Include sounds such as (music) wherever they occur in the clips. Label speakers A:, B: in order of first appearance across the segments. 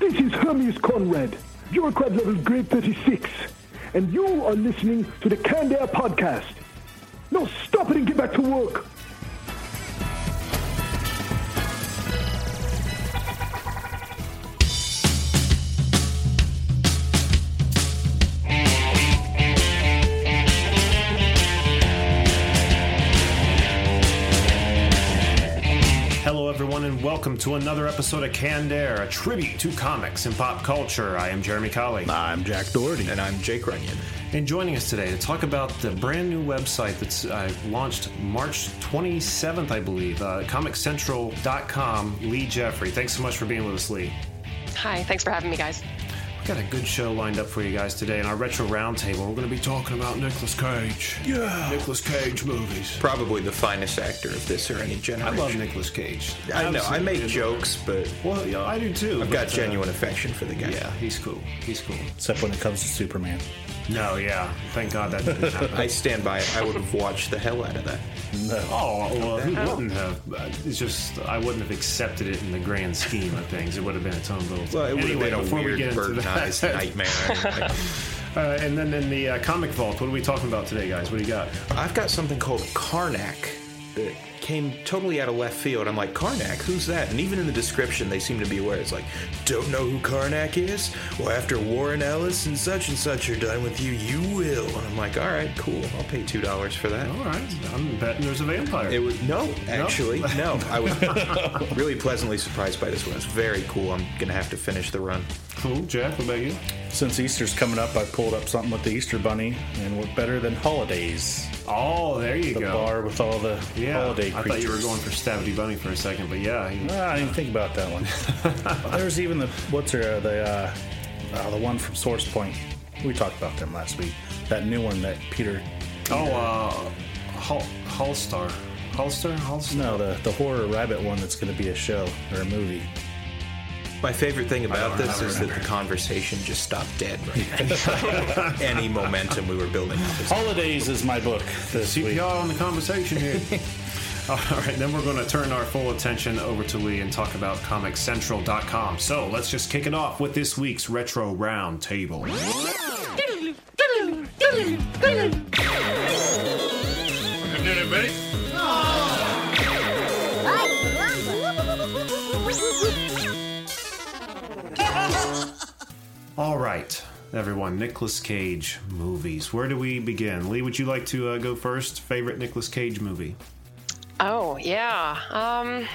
A: name is Conrad. You're a crab level grade 36. And you are listening to the Canned Air Podcast. No, stop it and get back to work.
B: Hello, everyone, and welcome to another episode of Canned Air, a tribute to comics and pop culture. I am Jeremy Colley.
C: I'm Jack Doherty.
D: And I'm Jake Runyon.
B: And joining us today to talk about the brand new website that's uh, launched March 27th, I believe, uh, comiccentral.com, Lee Jeffrey. Thanks so much for being with us, Lee.
E: Hi, thanks for having me, guys.
B: We've got a good show lined up for you guys today in our retro roundtable. We're going to be talking about Nicolas Cage. Yeah. Nicolas Cage movies.
D: Probably the finest actor of this or any
B: I
D: generation.
B: love Nicolas Cage.
D: I know. I
B: Absolutely
D: make
B: adore
D: jokes, but
B: him. Well, yeah, I do too.
D: I've
B: but,
D: got
B: uh,
D: genuine affection for the guy.
B: yeah, he's cool. He's cool.
C: Except when it comes to Superman.
B: No, yeah. Thank God that didn't happen.
D: (laughs) I stand by it. I would have watched the hell out of that.
B: Oh, well, who wouldn't have? uh, It's just, I wouldn't have accepted it in the grand scheme of things. It would have been its own little thing.
D: Well, it would
B: anyway,
D: have been
B: before
D: a
B: we get
D: weird,
B: into
D: burdenized
B: that,
D: nightmare. Like,
B: (laughs) Uh, and then in the uh, comic vault, what are we talking about today, guys? What do you got?
D: I've got something called Karnak that came totally out of left field. I'm like, Karnak, who's that? And even in the description, they seem to be aware. It's like, don't know who Karnak is? Well, after Warren Ellis and such and such are done with you, you will. And I'm like, all right, cool. I'll pay two dollars for that.
B: All right, I'm betting there's a vampire.
D: It was no, actually, no.
B: (laughs)
D: I was really pleasantly surprised by this one. It's very cool. I'm gonna have to finish the run.
B: cool, Jack. What about you?
C: Since Easter's coming up, I pulled up something with the Easter Bunny, and what better than holidays?
B: Oh, there you
C: The
B: go.
C: bar with all the
B: yeah,
C: holiday
B: I
C: creatures.
B: thought you were going for Stabby Bunny for a second, but yeah, he-
C: Ah, I didn't think about that one. There's even the what's her the uh, uh, the one from Source Point. We talked about them last week. That new one that Peter.
B: oh, uh, Hall, Hallstar, Hallstar, Hallstar.
C: No, the the horror rabbit one that's going to be a show or a movie.
D: My favorite thing about
B: don't
D: this is that the conversation just stopped dead.
B: (laughs)
D: Right? Any momentum we were building. up
B: Oh.
D: is-
C: Holidays is my book this week.
B: CPR on the conversation here. (laughs) All right, then we're going to turn our full attention over to Lee and talk about ComicCentral.com. So let's just kick it off with this week's Retro Round Table. All right, everyone, Nicolas Cage movies. Where do we begin? Lee, would you like to uh, go first? Favorite Nicolas Cage movie?
E: Oh, yeah. Um,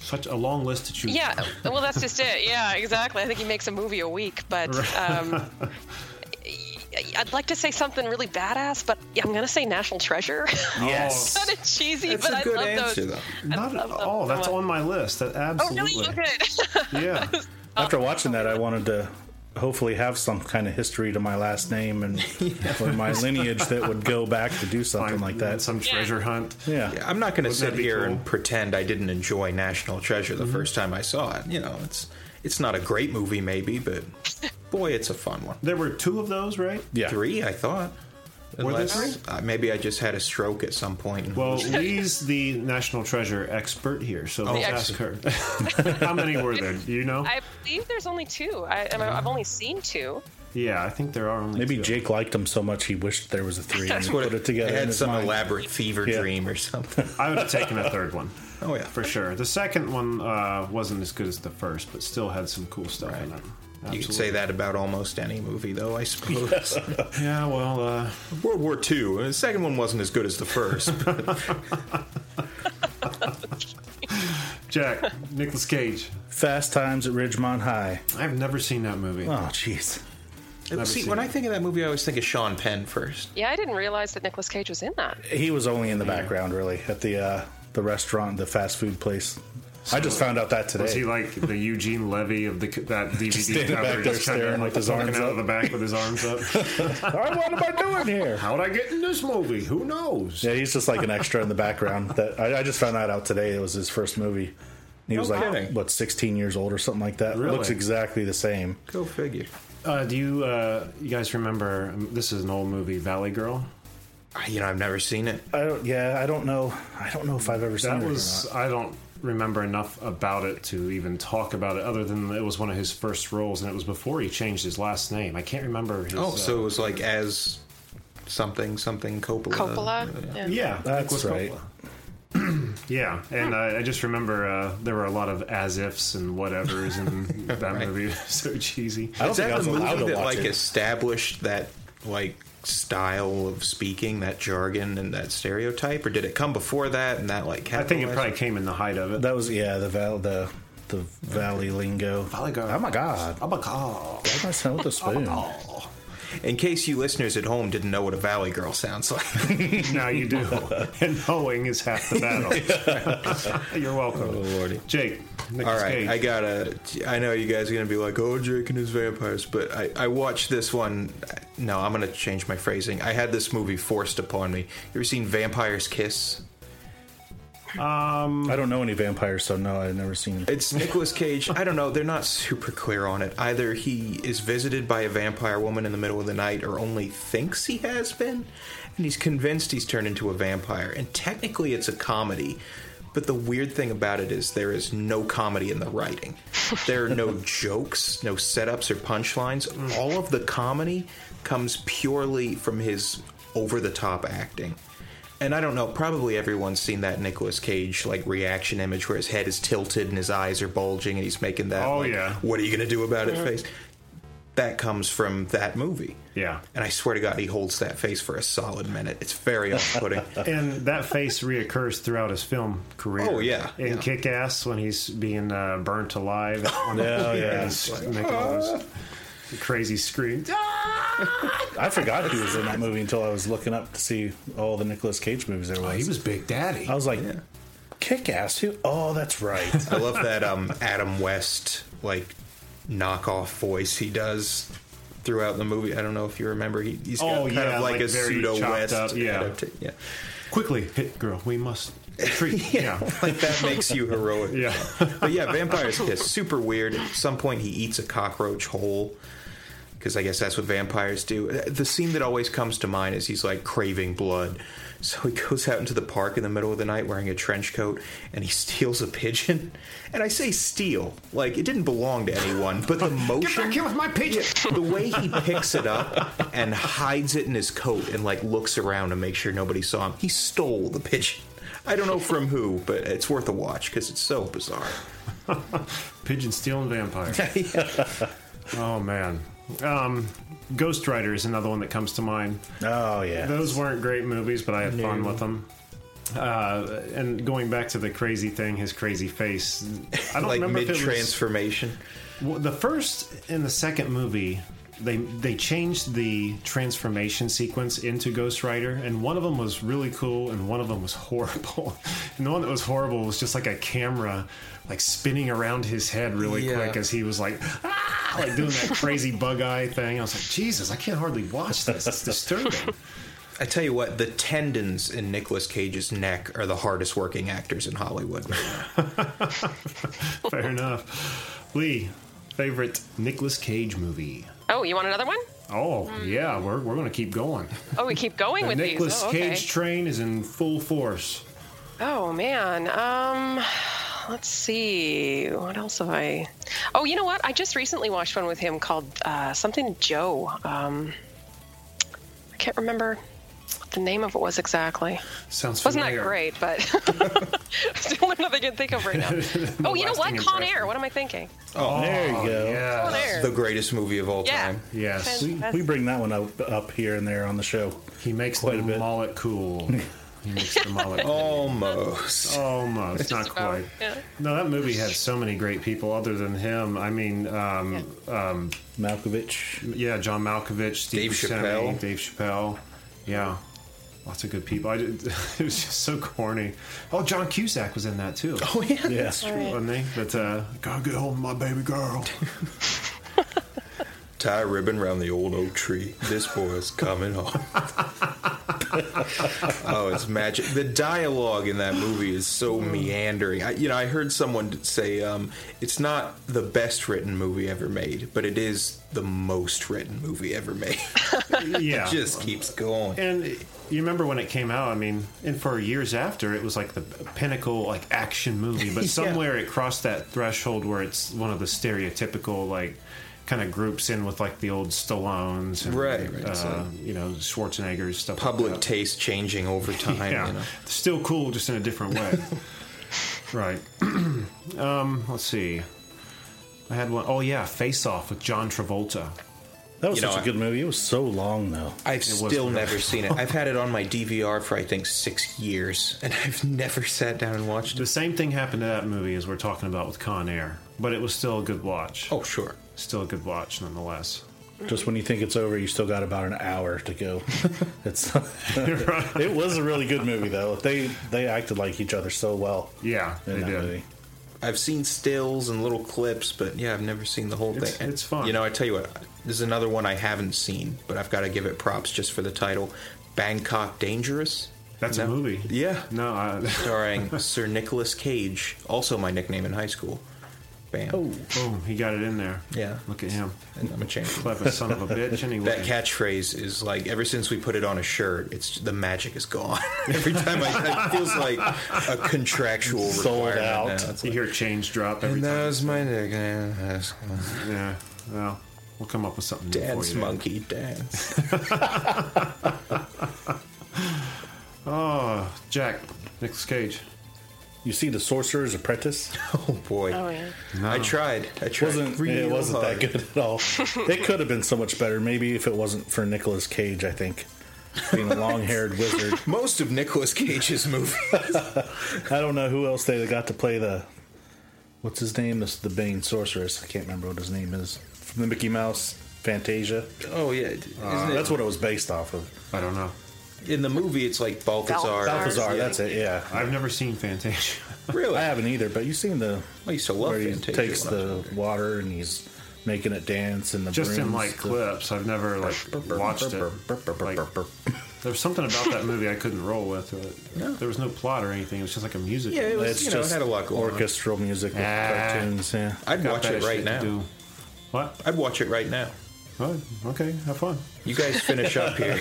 B: Such a long list to choose.
E: yeah, well, that's just it. Yeah, exactly. I think he makes a movie a week, but um, I'd like to say something really badass, but I'm going to say National Treasure.
D: (laughs)
B: Yes.
E: (laughs) kind of cheesy,
D: That's
E: but
D: a
E: I
D: good
E: love
D: answer,
E: those.
D: though.
B: Not at
E: love them
B: all.
E: so
B: That's
E: much.
B: on my list. That-
E: Oh, really?
B: Absolutely.
E: Oh,
B: (laughs)
E: good. (laughs)
B: Yeah.
C: After watching that, I wanted to hopefully have some kind of history to my last name and or my lineage that would go back to do something like that.
B: Some treasure hunt.
C: yeah.
D: Yeah, I'm not going to
B: Wouldn't that
D: sit
B: be
D: here
B: cool? Mm-hmm.
D: and pretend I didn't enjoy National Treasure the first time I saw it. You know, it's it's not a great movie, maybe, but boy, it's a fun one.
B: There were two of those, right?
C: yeah.
D: Three, I thought.
B: Were there
D: Unless uh, maybe I just had a stroke at some point. and (laughs)
B: Well,
D: was-
B: Lee's the national treasure expert here, so let's ask her. (laughs) How many were there? Do you know?
E: I believe there's only two. I, and I've only seen two.
B: yeah, I think there are only
C: Maybe
B: two.
C: Jake liked them so much he wished there was a three and he
D: what
C: put it together. in
D: had
C: his
D: some
C: mind.
D: elaborate fever
C: Yeah.
D: dream or something.
B: I would have taken a third one.
D: Oh, yeah.
B: for sure. The second one uh, wasn't as good as the first, but still had some cool stuff in it.
D: You could say that about almost any movie, though, I suppose.
B: Absolutely. Yeah, well, uh,
D: World War II. The second one wasn't as good as the first. but
B: Jack Nicholas Cage.
C: Fast Times at Ridgemont High.
B: I've never seen that movie.
C: Oh, jeez.
D: See,
B: seen
D: when
B: it.
D: I think of that movie, I always think of Sean Penn first.
E: Yeah, I didn't realize that Nicolas Cage was in that.
C: He was only in the background, really, at the uh, the restaurant, the fast food place. I just found out that today.
B: Was he like the Eugene Levy of the that
C: (laughs)
B: DVD
C: standing
B: cover,
C: back there
B: just kinda
C: staring with his
B: looking
C: arms
B: out
C: up?
B: of the back with his arms
C: (laughs)
B: up?
C: "Oh, what am I doing here?
B: How'd I get in this movie? Who knows?
C: Yeah, he's just like an extra in the background. That I, I just found that out today. It was his first movie. He was like
D: kidding.
C: what, 16 years old or something like that.
B: Really?
C: Looks exactly the same.
D: Go figure.
B: Uh, do you uh, you guys remember? um, This is an old movie, Valley Girl.
D: You know, I've never seen it.
C: I don't. Yeah, I don't know. I don't know if I've ever seen
B: That
C: it.
B: was
C: or
B: I don't remember enough about it to even talk about it, other than it was one of his first roles, and it was before he changed his last name. I can't remember. His,
D: Oh, so it
B: uh,
D: was like as something something Coppola.
E: Coppola. Yeah.
B: yeah,
C: That's
B: Nicholas
C: right.
B: Coppola. Yeah, and uh, I just remember uh, there were a lot of as ifs and whatevers in
C: (laughs)
B: that movie. (laughs) so cheesy.
C: I don't
D: Is
C: think I
D: that
C: was
D: the
C: allowed
D: movie
C: to
D: that
C: watch
D: like
C: it.
D: established that like style of speaking, that jargon and that stereotype, or did it come before that and that like?
B: I think it probably
D: capitalized
B: came in the height of it.
C: That was yeah the val the the valley lingo.
B: Valley girl.
C: Oh my god!
B: I'm a call.
C: Why am I sound with
B: (laughs)
C: a spoon?
B: Oh.
D: it? In case you listeners at home didn't know what a valley girl sounds (laughs) like,
B: (laughs) Now you
D: (laughs)
B: do. and knowing is half the battle.
D: (laughs)
B: You're welcome.
D: Oh, lordy.
B: Jake, Nicholas
D: All right,
B: Cage.
D: I gotta. I know you guys are gonna be like, "Oh, Jake and his vampires," but I, I watched this one. No, I'm gonna change my phrasing. I had this movie forced upon me. You ever seen Vampires Kiss?
C: I don't know any vampires, so no, I've never seen.
D: It's Nicolas Cage. I don't know. They're not super clear on it. Either he is visited by a vampire woman in the middle of the night, or only thinks he has been, and he's convinced he's turned into a vampire. And technically, it's a comedy. But the weird thing about it is there is no comedy in the writing. There are no jokes, no setups or punchlines. All of the comedy comes purely from his over the top acting. And I don't know, probably everyone's seen that Nicolas Cage like reaction image where his head is tilted and his eyes are bulging and he's making that
B: Oh,
D: like,
B: yeah.
D: what are you gonna do about it face. That comes from that movie.
B: Yeah.
D: And I swear to God he holds that face for a solid minute. It's
B: (laughs)
D: very off putting.
B: and that face reoccurs throughout his film career.
D: Oh, yeah,
B: in
D: yeah.
B: Kick Ass when he's being uh, burnt alive.
D: (laughs)
B: On
C: yeah.
B: he's making all those crazy screams.
C: I forgot he was in that movie until I was looking up to see all the Nicolas Cage movies
B: Oh,
C: there was.
B: Big Daddy.
C: I was like, kick ass. Who? Oh,
B: (laughs)
C: that's right.
D: I love that um, Adam West like knockoff voice he does throughout the movie. I don't know if you remember. He, he's got
B: Oh,
D: kind
B: yeah,
D: of like,
B: like
D: a
B: very
D: pseudo
B: chopped
D: West.
B: up, yeah.
D: adapta- yeah.
B: Quickly, hit girl. We must
D: (laughs)
B: treat. yeah.
D: like that makes you heroic.
B: Yeah. (laughs)
D: (laughs) but yeah, Vampire's Kiss, super weird. At some point, he eats a cockroach whole. Because I guess that's what vampires do. The scene that always comes to mind is he's like craving blood. So he goes out into the park in the middle of the night wearing a trench coat and he (laughs) steals a pigeon. And I say steal, like it didn't belong to anyone, but the motion.
B: here with my pigeon.
D: The way he picks it up and hides it in his coat and like looks around to make sure nobody saw him. He stole the pigeon. I don't know from who, but it's worth a watch because it's so bizarre.
B: Pigeon stealing vampire.
D: (laughs)
B: Oh man. Um, Ghost Rider is another one that comes to mind.
C: Oh yeah.
B: Those weren't great movies, but I had fun with them. Uh, and going back to the crazy thing, his crazy face. I don't
D: (laughs) like
B: remember
D: mid
B: if it was
D: transformation.
B: Well, the first and the second movie, they they changed the transformation sequence into Ghost Rider, and one of them was really cool, and one of them was (laughs) horrible. and the one that was horrible was just like a camera, like spinning around his head really
D: Yeah.
B: quick as he was like. "Ah," Like doing that crazy bug eye thing. I was like, Jesus, I can't hardly watch this. It's disturbing.
D: I tell you what, the tendons in Nicolas Cage's neck are the hardest working actors in Hollywood.
B: (laughs) Fair enough. Lee, favorite Nicolas Cage movie?
E: Oh, you want another one?
B: Oh, yeah, we're, we're going to keep
E: (laughs)
B: going.
E: Oh, we keep going
D: Uh,
B: The
E: Mm. with
B: Nicolas
E: these. Oh, okay.
B: Cage train is in full force.
E: Oh man. Um (sighs) let's see. What else have I Oh, you know what? I just recently watched one with him called uh something Joe. Um I can't remember the name of it was exactly.
B: Sounds
E: Wasn't that
B: familiar.
E: great, but (laughs) it's the only one that I can think of
B: (laughs)
E: right now. oh, you know what?
B: lasting
E: Con
B: impression.
E: Air. What am I thinking?
B: Oh.
C: there you go.
E: Con
B: Yeah.
E: Air.
D: Oh, the greatest movie of all
E: yeah.
D: time.
B: Yes.
E: Fan-
C: We bring that one up, up here and there on the show. (laughs)
B: He makes
C: Quite
B: the
C: a bit.
B: mullet cool. He makes
E: (laughs)
B: the mullet cool.
D: Almost.
B: Almost, not
E: Just about,
B: quite.
E: yeah.
B: No, that movie had so many great people other than him. I mean, um, (laughs)
C: Malkovich.
B: yeah, John Malkovich, Steve
D: Dave
B: Buscemi,
D: Chappelle.
B: Dave Chappelle. Yeah. Lots of good people. I did, (laughs) it was just so corny. Oh, John Cusack was in that too.
D: Oh, yeah.
C: Yeah.
B: Wasn't he? But uh, gotta get hold of my baby girl. (laughs)
D: Tie a ribbon around the old oak tree. This boy's coming home. oh, it's magic. The dialogue in that movie is so
B: Mm.
D: meandering. I, you know, I heard someone say um, it's not the best written movie ever made, but it is the most written movie ever
B: (laughs)
D: made.
B: (laughs) yeah.
D: it just keeps going.
B: And you remember when it came out? I mean, and for years after, it was like the pinnacle, like action movie. But
D: (laughs) Yeah.
B: somewhere it crossed that threshold where it's one of the stereotypical, like, kind of groups in with like the old Stallones, and,
D: Right, right,
B: uh,
D: so-
B: you know, Schwarzeneggers, stuff. like
D: Public
B: that.
D: taste
B: (laughs)
D: changing over time.
B: yeah,
D: You know?
B: still cool, just in a different
D: (laughs)
B: way. right. (clears throat) um, let's see. I had one oh yeah, Face Off with John Travolta.
C: That was
D: You know,
C: such a
D: I-
C: good movie. It was so long though.
D: I've
B: was
D: still
B: really
D: never
B: (laughs)
D: seen it. I've had it on my DVR for I think six years, and I've never sat down and watched
B: The
D: it.
B: same thing happened to that movie as we're talking about with Con Air, but it was still a good watch.
D: Oh, sure.
B: Still a good watch, nonetheless.
C: Just when you think it's over, you still got about an hour to
D: (laughs)
C: go. it's (laughs) it was a really good movie though. They they acted like each other so well.
B: Yeah,
C: in
B: they
C: that
B: did.
C: movie.
D: I've seen stills and little clips, but yeah, I've never seen the whole
B: It's-
D: thing.
B: it's fun.
D: You know, I tell you what, this is another one I haven't seen, but I've got to give it props just for the title Bangkok Dangerous,
B: That's a
D: No.
B: movie.
D: Yeah.
B: No, I, (laughs)
D: (laughs) starring Sir Nicholas Cage, also my nickname in high school. Bam. Oh.
B: boom, he got it in there.
D: Yeah.
B: Look at him.
D: And I'm a champion.
B: Clever son of a bitch, anyway.
D: That catchphrase is like ever since we put it on a shirt, it's the magic is gone. (laughs) every time I, it feels like a contractual
C: Sold
D: requirement
C: out.
D: now. It's
B: You
D: like,
B: hear change drop every
D: and that
B: time.
D: was my nickname. That's-
B: Yeah. Well, we'll come up with something new
D: Dance
B: for you.
C: (laughs)
D: monkey dance.
B: Oh, Jack, Nicholas Cage.
C: You see the Sorcerer's Apprentice?
D: Oh boy.
E: Oh, yeah.
D: I tried. I tried.
C: wasn't
D: real
C: it wasn't
D: hard.
C: that good at
D: (laughs)
C: all. it could have been so much better. Maybe if it wasn't for Nicolas Cage, I think being a long-haired
D: (laughs)
C: wizard.
D: Most of Nicolas Cage's (laughs) movies.
C: I don't know who else they got to play the what's his name? This the Bane sorceress. I can't remember what his name is from the Mickey Mouse Fantasia.
D: oh yeah, isn't it?
C: Uh, That's what it was based off of.
B: I don't know.
D: in the movie. It's like Balthazar.
C: Balthazar.
D: Yeah.
C: That's it. Yeah.
B: I've never seen Fantasia. (laughs)
D: Really? Oh,
C: I haven't either, but you've seen the
D: I used to love
C: where he
D: Fantasia
C: takes
D: when I was
C: the
D: younger.
C: water and he's making it dance and the
B: Just in
C: brooms,
B: like
C: the-
B: clips. I've never like watched it. Like, there's something about that movie I couldn't roll with. Uh,
D: No.
B: There was no plot or anything. It was just like a music.
D: Yeah, it was-
C: It's
D: you know, it
C: just
D: had a lot going on.
C: orchestral music with
B: Ah.
C: cartoons. Yeah.
D: I'd watch it right now.
B: What?
D: I'd watch it right now.
B: Oh, okay, have fun.
D: You guys finish up here.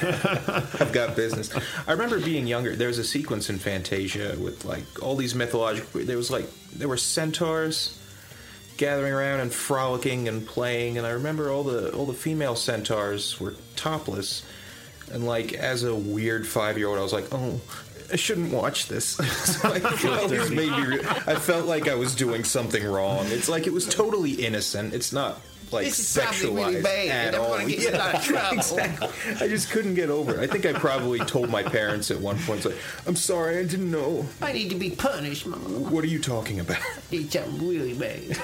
D: I've got business. I remember being younger. There was a sequence in Fantasia with like all these mythological. There was like there were centaurs gathering around and frolicking and playing, and I remember all the all the female centaurs were topless. And like as a weird five year old, I was like, oh. I shouldn't watch this. (laughs) so I, always made me re- I felt like I was doing something wrong. It's like it was totally innocent. It's not like
F: This is
D: sexualized
F: something really bad.
D: at
F: I'm
D: all.
F: going to get in a
D: Yeah.
F: lot of trouble.
D: I just couldn't get over it. I think I probably told my parents at one point, it's like, I'm sorry, I didn't know.
F: I need to be punished, Mom.
D: What are you talking about?
F: It's something really bad.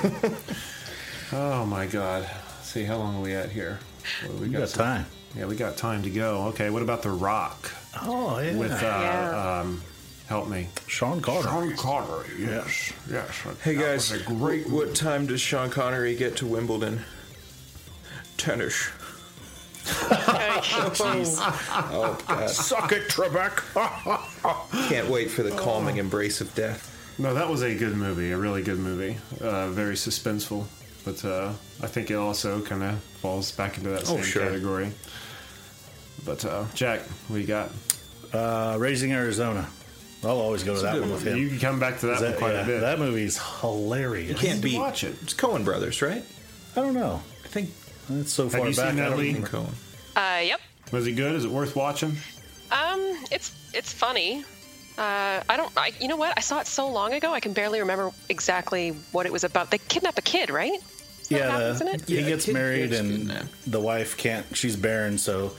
B: Oh my God. Let's see how long are we at here? Well, we
C: You got
B: some-
C: time.
B: Yeah, we got time to go. Okay, what about The Rock
C: Oh yeah.
B: with uh,
E: Yeah.
B: um, Help Me?
C: Sean Carter.
B: Carter. Yes, yes.
D: Hey guys, wh- what time does Sean Connery get to Wimbledon?
F: (laughs)
D: Tennis. oh, God.
C: Suck it, Trebek.
D: (laughs) Can't wait for the
B: Oh.
D: calming embrace of death.
B: No, that was a good movie, a really good movie. Uh, very suspenseful, but uh, I think it also kind of falls back into that
D: Oh,
B: same
D: sure.
B: category. But uh, Jack, what you got?
C: uh, Raising Arizona. I'll always go to that
D: good
C: one with him.
B: You can come back to that, one
C: That,
B: quite
C: yeah,
B: a bit.
C: that movie's hilarious.
B: need
D: Can't
B: to
D: beat.
B: watch it.
D: It's Cohen Brothers, right?
C: I don't know.
D: I think.
C: It's so far
B: you
C: back.
B: seen
C: I
B: that,
C: don't
B: Lee?
C: remember.
D: Cohen.
E: Uh, yep.
B: Was it good? Is it worth watching?
E: Um, it's it's funny. Uh, I don't. I, you know what? I saw it so long ago. I can barely remember exactly what it was about. They kidnap a kid, right? That
C: yeah,
E: happens
C: the- (laughs)
E: in it?
C: he
D: Yeah,
C: gets
D: kid-
C: married
D: kid's
C: and
D: kidnapped.
C: the wife can't. She's barren, so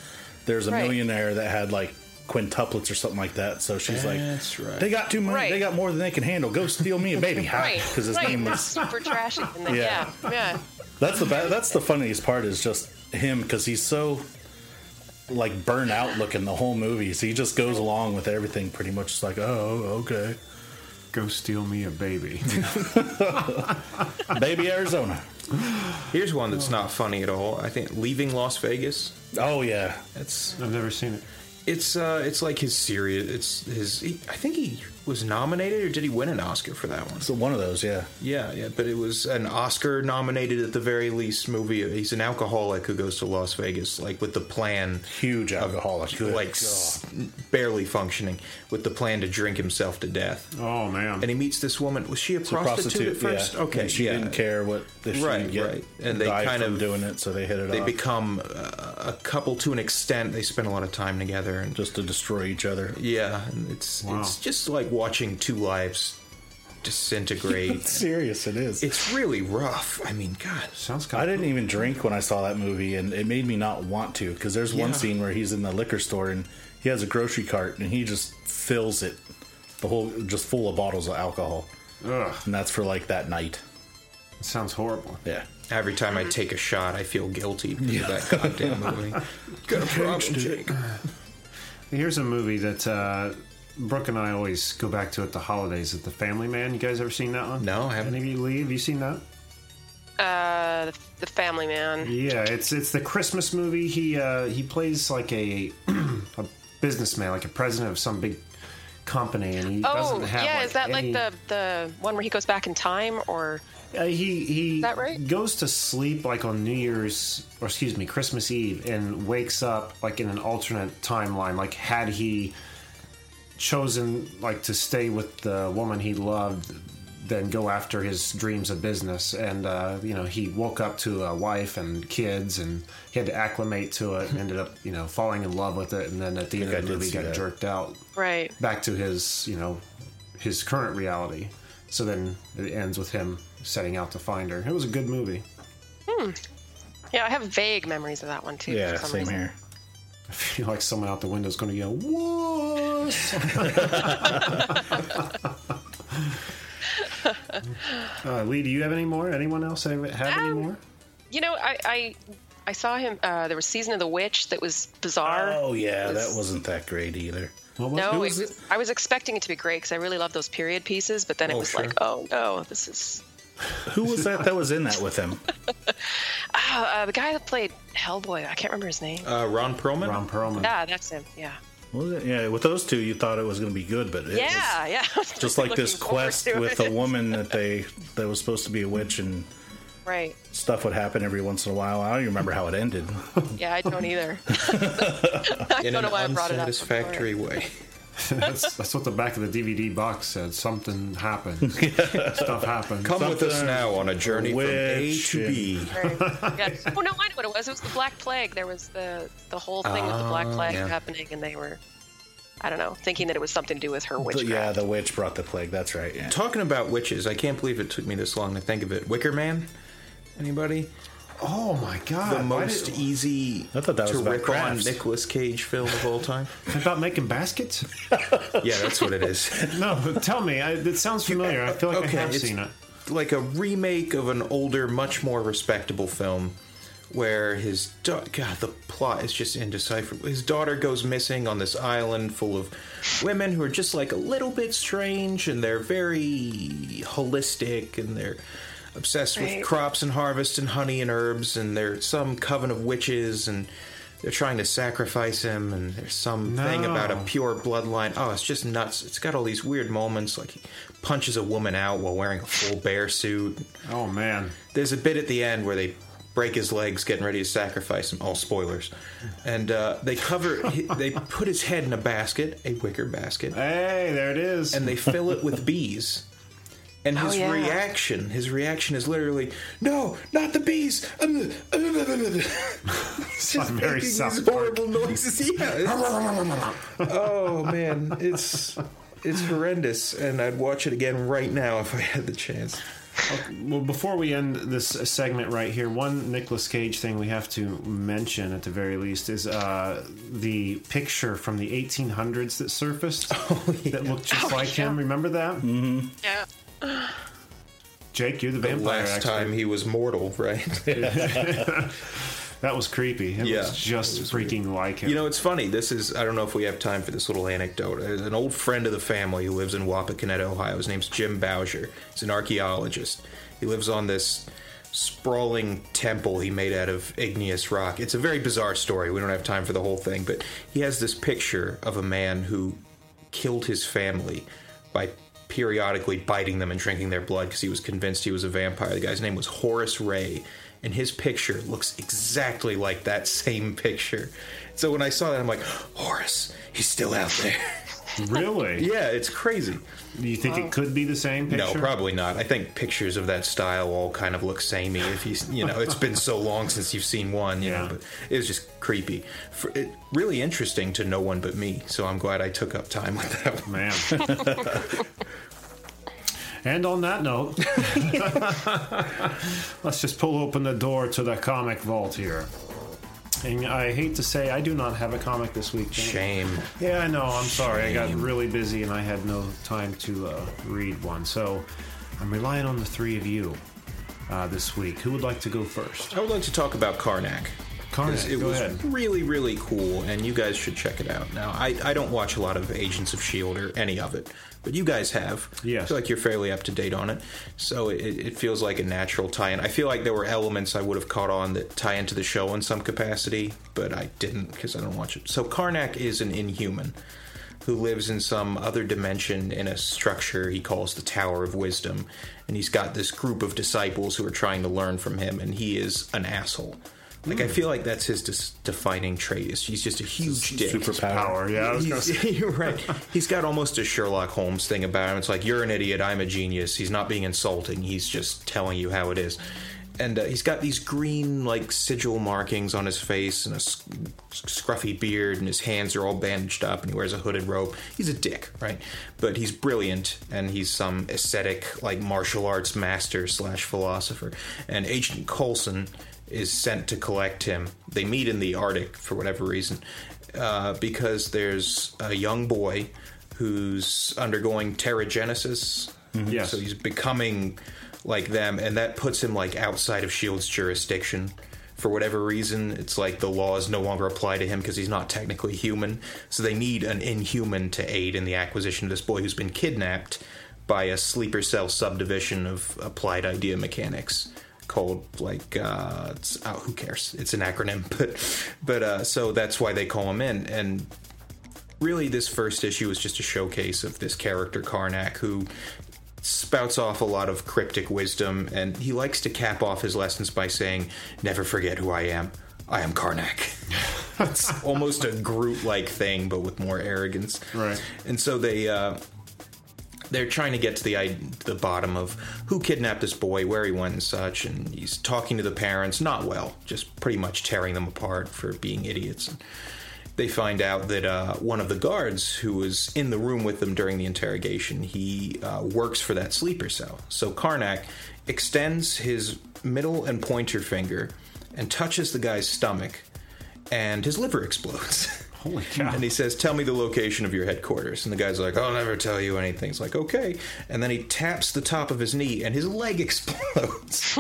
C: there's a
E: Right.
C: millionaire that had like quintuplets or something like that. So she's
D: That's
C: like,
D: right.
C: "They got too much.
E: Right.
C: They got more than they can handle. Go steal me a
E: (laughs)
C: baby."
E: Right.
C: Because his
E: right.
C: name
E: That's
C: was.
E: (laughs) super trashy. And
C: (laughs)
E: then,
C: Yeah.
E: yeah. Yeah.
C: That's the ba- that's the funniest part is just him because he's so like burnt out looking the whole movie. So he just goes along with everything pretty much. It's like, oh,
E: (laughs)
C: okay,
B: Go steal me a baby. (laughs)
C: baby Arizona.
D: Here's one that's not funny at all. I think Leaving Las Vegas.
C: Oh yeah,
D: That's
B: I've never seen it.
D: It's uh, it's like his series. It's his. He, I think he was nominated, or did he win an Oscar for that one?
C: So one of those, yeah.
D: Yeah, yeah. But it was an Oscar-nominated, at the very least, movie. He's an alcoholic who goes to Las Vegas, like with the plan.
C: Huge
D: of,
C: alcoholic. Good
D: like s- barely functioning, with the plan to drink himself to death.
B: Oh man.
D: And he meets this woman. Was she a
C: The
D: prostitute, at first?
C: yeah.
D: Okay,
C: And she
D: yeah.
C: didn't care what they
D: Right,
C: right, get.
D: right. And they
C: died
D: kind
C: from
D: of-
C: doing it, so they hit it
D: They
C: off
D: become uh, a couple to an extent. They spend a lot of time together, and
C: just to destroy each other.
D: yeah, and it's
B: Wow.
D: it's just like watching two lives
C: (laughs)
D: disintegrate.
C: Serious, it is.
D: it's really rough. I mean, God,
B: Sounds kind
C: I
B: of
C: didn't e- even drink when I saw that movie, and it made me not want to. Because there's one
D: Yeah.
C: scene where he's in the liquor store and he has a grocery cart, and he just fills it, the whole just full of bottles of alcohol,
B: Ugh,
C: and that's for like that night.
B: it sounds horrible.
C: Yeah,
D: every time
E: Mm-hmm.
D: I take a shot, I feel guilty because of that
C: (laughs)
D: goddamn movie. Got a problem, Jake.
B: Here's a movie that uh, Brooke and I always go back to at the holidays. At the Family Man, you guys ever seen that one?
D: No, I haven't.
B: Any of you, Lee, have you seen that?
E: Uh, the, the Family Man.
B: Yeah, it's it's the Christmas movie. He uh, he plays like a (clears throat) a businessman, like a president of some big company, and he
E: Oh,
B: doesn't have.
E: yeah.
B: like,
E: is that
B: any-
E: like the the one where he goes back in time, or
B: Uh, he he
E: that right?
B: goes to sleep like on New Year's or excuse me Christmas Eve and wakes up like in an alternate timeline. Like had he chosen like to stay with the woman he loved, then go after his dreams of business. And uh, you know he woke up to a wife and kids, and he had to acclimate to it. and Ended up you know falling in love with it, and then at the end
C: think I
B: of the
C: did
B: movie
C: see
B: got
C: that.
B: jerked out
E: right?
B: back to his you know his current reality so then it ends with him setting out to find her it was a good movie (laughs)
E: Yeah, I have vague memories of that one too.
C: yeah,
E: for some
C: same
E: reason.
C: here.
B: i feel like someone out the window is going to yell what (laughs) uh, lee do you have any more anyone else have, have any
E: Um,
B: more
E: You know, I I, I saw him. Uh, there was season of the witch that was bizarre.
C: Oh yeah,
E: It's-
C: that wasn't that great either.
B: what was
E: No,
B: who
E: it
B: was
E: was, I was expecting it to be great because I really love those period pieces, but then it
D: Oh,
E: was
D: sure.
E: like, oh no, this is
C: Who was that that was in that with him?
E: uh, the guy that played Hellboy. I can't remember his
C: Oh,
E: name.
D: Uh, Ron Perlman.
B: ron perlman
E: yeah, that's him. Yeah,
C: Was it? Yeah, with those two, you thought it was going to be good, but it was,
E: yeah, (laughs) yeah. I was
C: just
E: really
C: like this
E: looking forward
C: quest
E: to
C: with
E: it.
C: a woman that they that was supposed to be a witch and
E: (laughs) right?
C: stuff would happen every once in a while. I don't even remember how it ended.
E: Yeah, I don't either. (laughs) I
D: in
E: don't know
D: an
E: why I brought it up. before.
C: (laughs)
D: unsatisfactory way.
B: (laughs) that's, that's what the back of the dvd box said something
D: (laughs)
B: happened stuff happened
D: Come with us
C: Something
D: now on a journey from A
C: witch
D: to B.
E: Right. Yeah. Oh no, I know what it was. It was the Black Plague. There was the the whole thing with the
C: Oh,
E: Black
D: Ah,
E: Plague
D: yeah.
E: happening, and they were, I don't know, thinking that it was something to do with her
C: But
E: witchcraft.
C: yeah, the witch brought the plague. That's right. Yeah.
D: Talking about witches, I can't believe it took me this long to think of it. Wicker Man? Anybody?
B: oh my god
D: The
B: why
D: most
B: did-
D: easy
C: Ah, I thought that
D: to
C: was about
D: rip on
C: crafts.
D: Nicolas Cage film of
C: (laughs)
D: all time.
B: about making baskets
D: yeah, that's what it is.
B: no but tell me I, it sounds familiar i feel like
D: Okay,
B: i have
D: it's-
B: seen it
D: Like a remake of an older, much more respectable film where his da- God, the plot is just indecipherable. His daughter goes missing on this island full of women who are just like a little bit strange and they're very holistic and they're obsessed with
E: Right.
D: crops and harvest and honey and herbs and there's some coven of witches and they're trying to sacrifice him and there's some thing
B: No.
D: about a pure bloodline oh it's just nuts it's got all these weird moments like he punches a woman out while wearing a full bear suit
B: oh man
D: there's a bit at the end where they break his legs getting ready to sacrifice him all spoilers and uh, they cover he- they put his head in a basket a wicker basket
B: Hey, there it is.
D: and they fill it with bees. And his
E: yeah.
D: reaction, his reaction is literally, "No, not the bees!" (laughs) Um, uh, uh, uh, uh." Just
B: like very
D: making these
B: South Park.
D: horrible noises. (laughs) Yeah. it's- oh man, it's it's horrendous, and I'd watch it again right now if I had the chance.
B: well, before we end this segment right here, one Nicolas Cage thing we have to mention at the very least is uh, the picture from the 1800s that
D: (laughs)
B: surfaced that looked just
E: Oh,
B: like
E: yeah.
B: him. Remember that?
E: Yeah.
B: Jake, you're the
D: The
B: vampire.
D: last
B: expert.
D: time he was mortal, right?
B: that was creepy. It
D: Yeah.
B: was just freaking like him.
D: You know, it's funny. This is, I don't know if we have time for this little anecdote. There's an old friend of the family who lives in Wapakoneta, Ohio. His name's Jim Bowser. He's an archaeologist. He lives on this sprawling temple he made out of igneous rock. It's a very bizarre story. We don't have time for the whole thing, but he has this picture of a man who killed his family by periodically biting them and drinking their blood because he was convinced he was a vampire. The guy's name was Horace Ray, and his picture looks exactly like that same picture. So when I saw that, I'm like, Horace, he's still out there. (laughs)
B: Really?
D: yeah, it's crazy.
B: Do you think it could be the same picture?
D: No, probably not. I think pictures of that style all kind of look samey. If you, you know, it's been so long since you've seen one. You know,
B: Yeah.
D: but it was just creepy. For, it, really interesting to no one but me. So I'm glad I took up time with that one.
B: Man. and on that note, let's just pull open the door to the comic vault here. And I hate to say, I do not have a comic this week.
D: Shame.
B: Yeah, I know. I'm sorry. I got really busy and I had no time to uh, read one. So I'm relying on the three of you uh, this week. Who would like to go first?
D: I would like to talk about Karnak. 'Cause
B: Karnak,
D: it
B: go
D: was
B: ahead.
D: really, really cool, and you guys should check it out. Now, I, I don't watch a lot of Agents of S.H.I.E.L.D. E or any of it, but you guys have.
B: Yes.
D: I feel like you're fairly up to date on it, so it, it feels like a natural tie in. I feel like there were elements I would have caught on that tie into the show in some capacity, but I didn't because I don't watch it. So, Karnak is an inhuman who lives in some other dimension in a structure he calls the Tower of Wisdom. And he's got this group of disciples who are trying to learn from him, and he is an asshole. Like, I feel like that's his dis- defining trait. Is he's just a huge dick.
C: Superpower.
B: Power. Yeah, I was gonna say-
D: He's- (laughs) you're right. He's got almost a Sherlock Holmes thing about him. It's like you're an idiot, I'm a genius. He's not being insulting. He's just telling you how it is. And uh, he's got these green like sigil markings on his face and a s- scruffy beard, and his hands are all bandaged up, and he wears a hooded robe. He's a dick, right? But he's brilliant, and he's some ascetic like martial arts master slash philosopher. And Agent Coulson is sent to collect him. They meet in the Arctic for whatever reason, uh, because there's a young boy who's undergoing pterogenesis.
B: Yes.
D: So he's becoming like them, and that puts him like outside of Shield's jurisdiction. For whatever reason, it's like the laws no longer apply to him because he's not technically human. So they need an inhuman to aid in the acquisition of this boy who's been kidnapped by a sleeper cell subdivision of applied idea mechanics called like uh, it's, oh, who cares? It's an acronym, (laughs) but but uh, so that's why they call him in. And really, this first issue is just a showcase of this character Karnak who spouts off a lot of cryptic wisdom, and he likes to cap off his lessons by saying, "Never forget who I am. I am Karnak." (laughs) it's almost a Groot-like thing, but with more arrogance.
B: Right.
D: And so they. Uh, they're trying to get to the i- the bottom of who kidnapped this boy, where he went, and such. And he's talking to the parents, not well, just pretty much tearing them apart for being idiots. And they find out that uh, one of the guards who was in the room with them during the interrogation, he uh, works for that sleeper cell. So Karnak extends his middle and pointer finger and touches the guy's stomach, and his liver explodes.
B: (laughs) Holy cow.
D: And he says, Tell me the location of your headquarters. And the guy's like, I'll never tell you anything. It's like, Okay. And then he taps the top of his knee and his leg (laughs) explodes.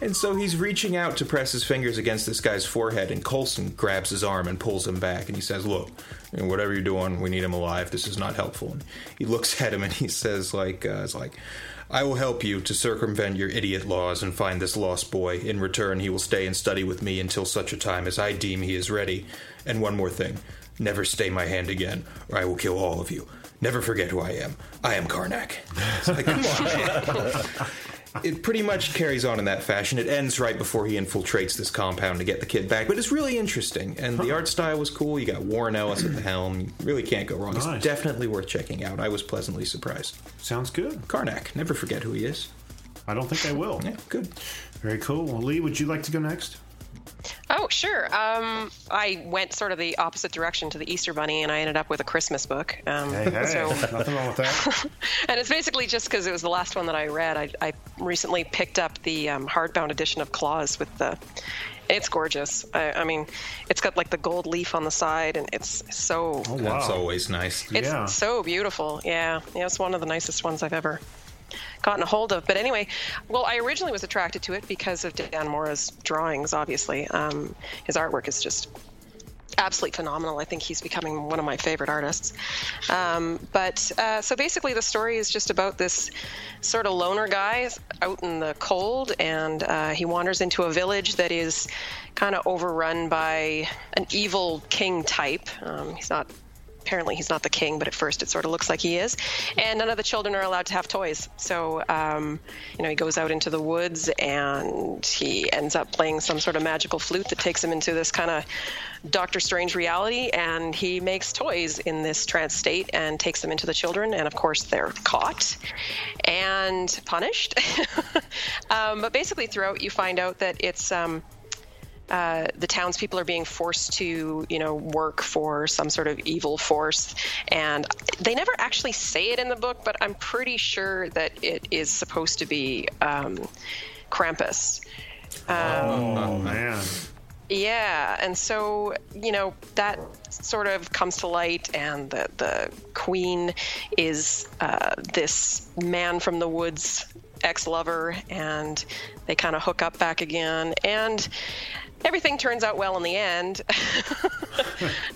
D: and so he's reaching out to press his fingers against this guy's forehead. And Colson grabs his arm and pulls him back. And he says, Look, you know, whatever you're doing, we need him alive. This is not helpful. And he looks (laughs) at him and he says, like, uh, it's like, I will help you to circumvent your idiot laws and find this lost boy. In return, he will stay and study with me until such a time as I deem he is ready. And one more thing never stay my hand again, or I will kill all of you. Never forget who I am. I am Karnak. It's like, come on. It pretty much carries on in that fashion. It ends right before he infiltrates this compound to get the kid back, but it's really interesting. And the art style was cool. You got Warren Ellis at the helm. You really can't go wrong.
B: Nice.
D: It's definitely worth checking out. I was pleasantly surprised.
B: Sounds good.
D: Karnak. Never forget who he is.
B: I don't think I will.
D: Yeah, good.
B: Very cool. Well, Lee, would you like to go next?
E: Oh, sure. Um, I went sort of the opposite direction to the Easter Bunny, and I ended up with a Christmas book. Um,
B: Hey, hey.
E: So,
B: Nothing wrong with that.
E: and it's basically just because it was the last one that I read. I, I recently picked up the um, hardbound edition of Claws with the. It's gorgeous. I, I mean, it's got like the gold leaf on the side, and it's so.
B: Oh, wow.
D: That's always nice.
E: It's
B: Yeah.
E: so beautiful. Yeah. yeah. It's one of the nicest ones I've ever gotten a hold of. But anyway, well, I originally was attracted to it because of Dan Mora's drawings, obviously. Um, his artwork is just absolutely phenomenal. I think he's becoming one of my favorite artists. Um, but uh, so basically, the story is just about this sort of loner guy out in the cold, and uh, he wanders into a village that is kind of overrun by an evil king type. Um, he's not. Apparently, he's not the king, but at first it sort of looks like he is. And none of the children are allowed to have toys. So, um, you know, he goes out into the woods and he ends up playing some sort of magical flute that takes him into this kind of Doctor Strange reality, and he makes toys in this trance state and takes them into the children, and of course they're caught and punished. (laughs) um, but basically, throughout you find out that it's um, uh, the townspeople are being forced to, you know, work for some sort of evil force, and they never actually say it in the book, but I'm pretty sure that it is supposed to be um, Krampus.
B: Oh man,
E: Yeah, and so you know that sort of comes to light, and the the queen is uh, this man from the woods ex lover, and they kind of hook up back again, and everything turns out well in the end.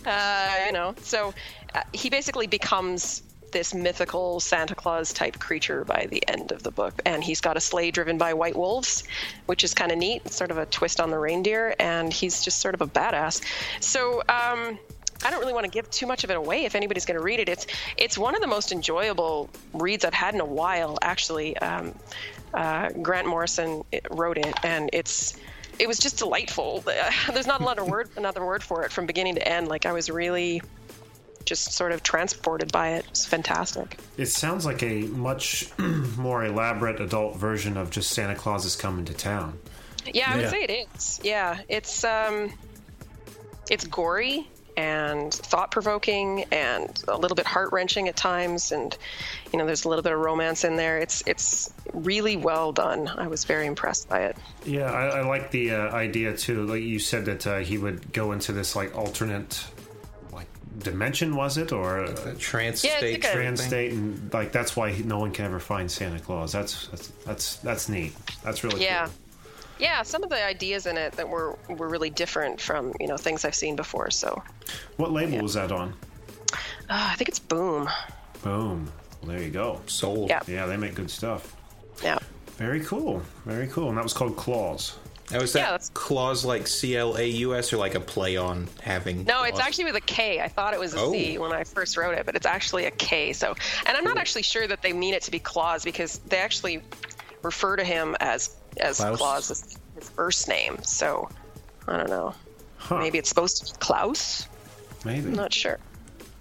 E: uh, you know, so uh, he basically becomes this mythical Santa Claus type creature by the end of the book. And he's got a sleigh driven by white wolves, which is kind of neat. It's sort of a twist on the reindeer. And he's just sort of a badass. So, um, I don't really want to give too much of it away. If anybody's going to read it, it's it's one of the most enjoyable reads I've had in a while. Actually, um, uh, Grant Morrison i- wrote it, and it's it was just delightful. (laughs) There's not a lot of word another word for it from beginning to end. Like I was really just sort of transported by it. It's fantastic.
B: it sounds like a much (clears throat) more elaborate adult version of just Santa Claus is coming to town.
E: Yeah, I would
C: Yeah.
E: say it is. Yeah, it's um, it's gory and thought provoking and a little bit heart wrenching at times, and you know, there's a little bit of romance in there. It's it's really well done. I was very impressed by it.
B: Yeah, I, I like the uh, idea too. Like you said that uh, he would go into this like alternate, like dimension was it or uh,
D: Trans
E: Yeah, it's
D: state.
E: like a-
D: trans
B: trans state, and like that's why he- no one can ever find Santa Claus. That's that's that's, that's neat. That's really
E: Yeah.
B: Cool.
E: Yeah, some of the ideas in it that were were really different from you know things I've seen before. So
B: What label was that on?
E: Ah, I think it's Boom.
B: Boom. Well, there you go.
D: sold.
E: Yeah.
B: Yeah, they make good stuff.
E: Yeah,
B: Very cool. Very cool. And that was called Claws.
D: Now, is
E: Yeah,
D: that
E: that's-
D: clause like C L A U S or like a play on having?
E: no, it's
D: claws?
E: actually with a K. I thought it was a C
D: Oh.
E: when I first wrote it, but it's actually a K. So, and I'm not actually sure that they mean it to be Claus because they actually refer to him as as
C: Klaus?
E: Claus as his first name. So, I don't know.
B: Huh.
E: Maybe it's supposed to be Klaus.
B: Maybe.
E: I'm not sure.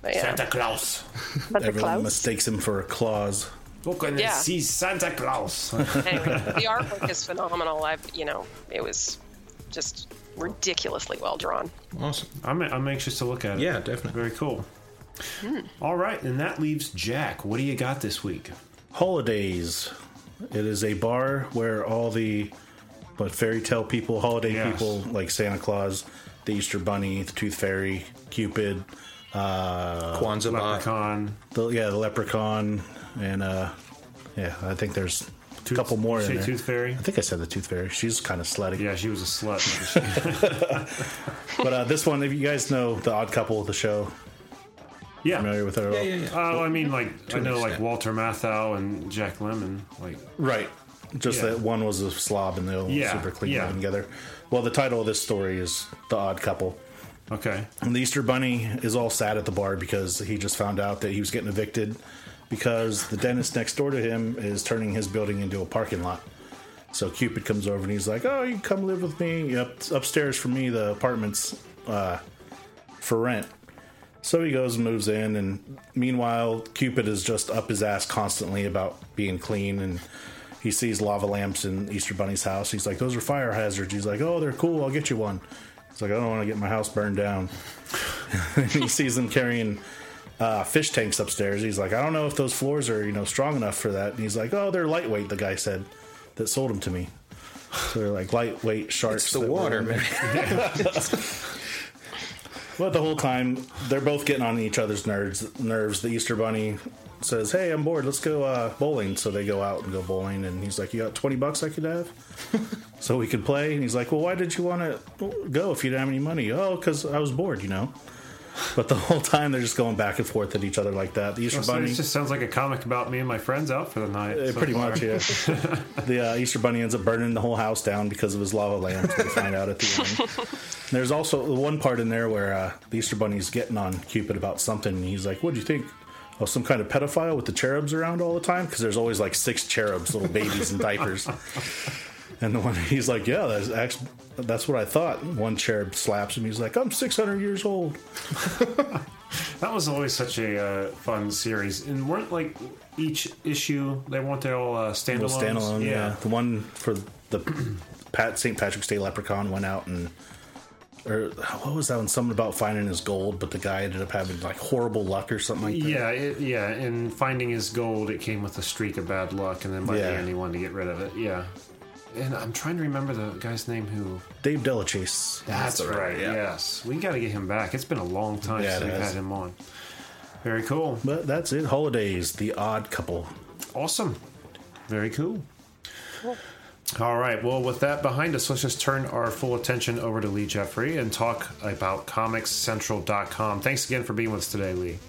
E: But yeah,
B: Claus.
E: Santa
C: Everyone
E: Claus.
C: mistakes him for a claws.
B: Look and
E: Yeah.
B: see Santa Claus.
E: anyway, the artwork is phenomenal. I've, you know, it was just ridiculously well drawn.
D: awesome.
B: (laughs) I'm, I'm anxious to look at it.
D: Yeah, definitely.
B: Very cool. All right, and that leaves Jack. What do you got this week?
C: Holidays. It is a bar where all the but fairy tale people, holiday
B: Yes.
C: people like Santa Claus, the Easter Bunny, the Tooth Fairy, Cupid, uh,
B: Uh,
D: Kwanzaa bot.
B: Leprechaun.
C: the yeah, the Leprechaun, and uh yeah, I think there's a couple more
B: you
C: in
B: say
C: there.
B: Tooth Fairy?
C: I think I said the Tooth Fairy. She's kind of slutty.
B: Yeah, she was a
C: (laughs)
B: slut.
C: But uh, this one, if you guys know the Odd Couple of the show,
B: yeah.
C: familiar with her? at all?
D: yeah, yeah.
B: Oh, I mean, like I
D: an
B: know, like
D: extent.
B: Walter Matthau and Jack Lemmon. Like,
C: Right. Just
B: Yeah.
C: that one was a slob and the other one
B: Yeah,
C: was super clean
B: yeah.
C: living together. Well, the title of this story is The Odd Couple.
B: okay,
C: And the Easter Bunny is all sad at the bar because he just found out that he was getting evicted because the dentist next door to him is turning his building into a parking lot. So Cupid comes over and he's like, "Oh, you come live with me up upstairs from me. The apartment's uh, for rent." So he goes and moves in, and meanwhile, Cupid is just up his ass constantly about being clean. And he sees lava lamps in Easter Bunny's house. He's like, "Those are fire hazards." He's like, "Oh, they're cool. I'll get you one." He's like, "I don't want to get my house burned down." (laughs) and he sees them carrying uh, fish tanks upstairs. He's like, I don't know if those floors are you know strong enough for that. And he's like, Oh, they're lightweight. The guy said that sold them to me. So they're like lightweight sharks.
D: It's the
C: that were
D: water,
C: in
D: man.
C: but the whole time, they're both getting on each other's nerves. Nerves. The Easter Bunny says, "Hey, I'm bored. Let's go uh, bowling." So they go out and go bowling, and he's like, "You got twenty bucks I could have, so we could play." And he's like, "Well, why did you want to go if you didn't have any money?" Oh, because I was bored, you know. But the whole time they're just going back and forth at each other like that. The Easter
B: Oh, So
C: Bunny,
B: it just sounds like a comic about me and my friends out for the night.
C: eh,
B: so
C: pretty
B: far.
C: much, yeah.
B: (laughs)
C: the uh, Easter Bunny ends up burning the whole house down because of his lava lamp. They find out at the
B: (laughs)
C: end. There's also the one part in there where uh, the Easter Bunny's getting on Cupid about something, and he's like, "What do you think?" Oh, some kind of pedophile with the cherubs around all the time because there's always like six cherubs, little babies in diapers. And the one he's like, "Yeah, that's act- that's what I thought." And One cherub slaps him. He's like, "I'm 600 years old."
B: That was always such a uh, fun series. And weren't like each issue they weren't they all uh, standalones?
C: Little standalone, yeah. The one for the (clears throat) Pat St. Patrick's Day Leprechaun went out and, or what was that one? Something about finding his gold, but the guy ended up having like horrible luck or something like that.
B: Yeah, it, yeah, and finding his gold, it came with a streak of bad luck, and then by
C: Yeah.
B: the end he wanted to get rid of it. Yeah, and I'm trying to remember the guy's name who.
C: Dave Delachase.
B: That's, right.
C: yeah.
B: Yes, we got to get him back. It's been a long time
C: Yeah,
B: since we've
C: it has.
B: had him on. Very cool.
C: But that's it. Holidays, the odd couple.
B: Awesome. Very cool. All right. Well, with that behind us, let's just turn our full attention over to Lee Jeffrey and talk about comicscentral.com. Thanks again for being with us today, Lee.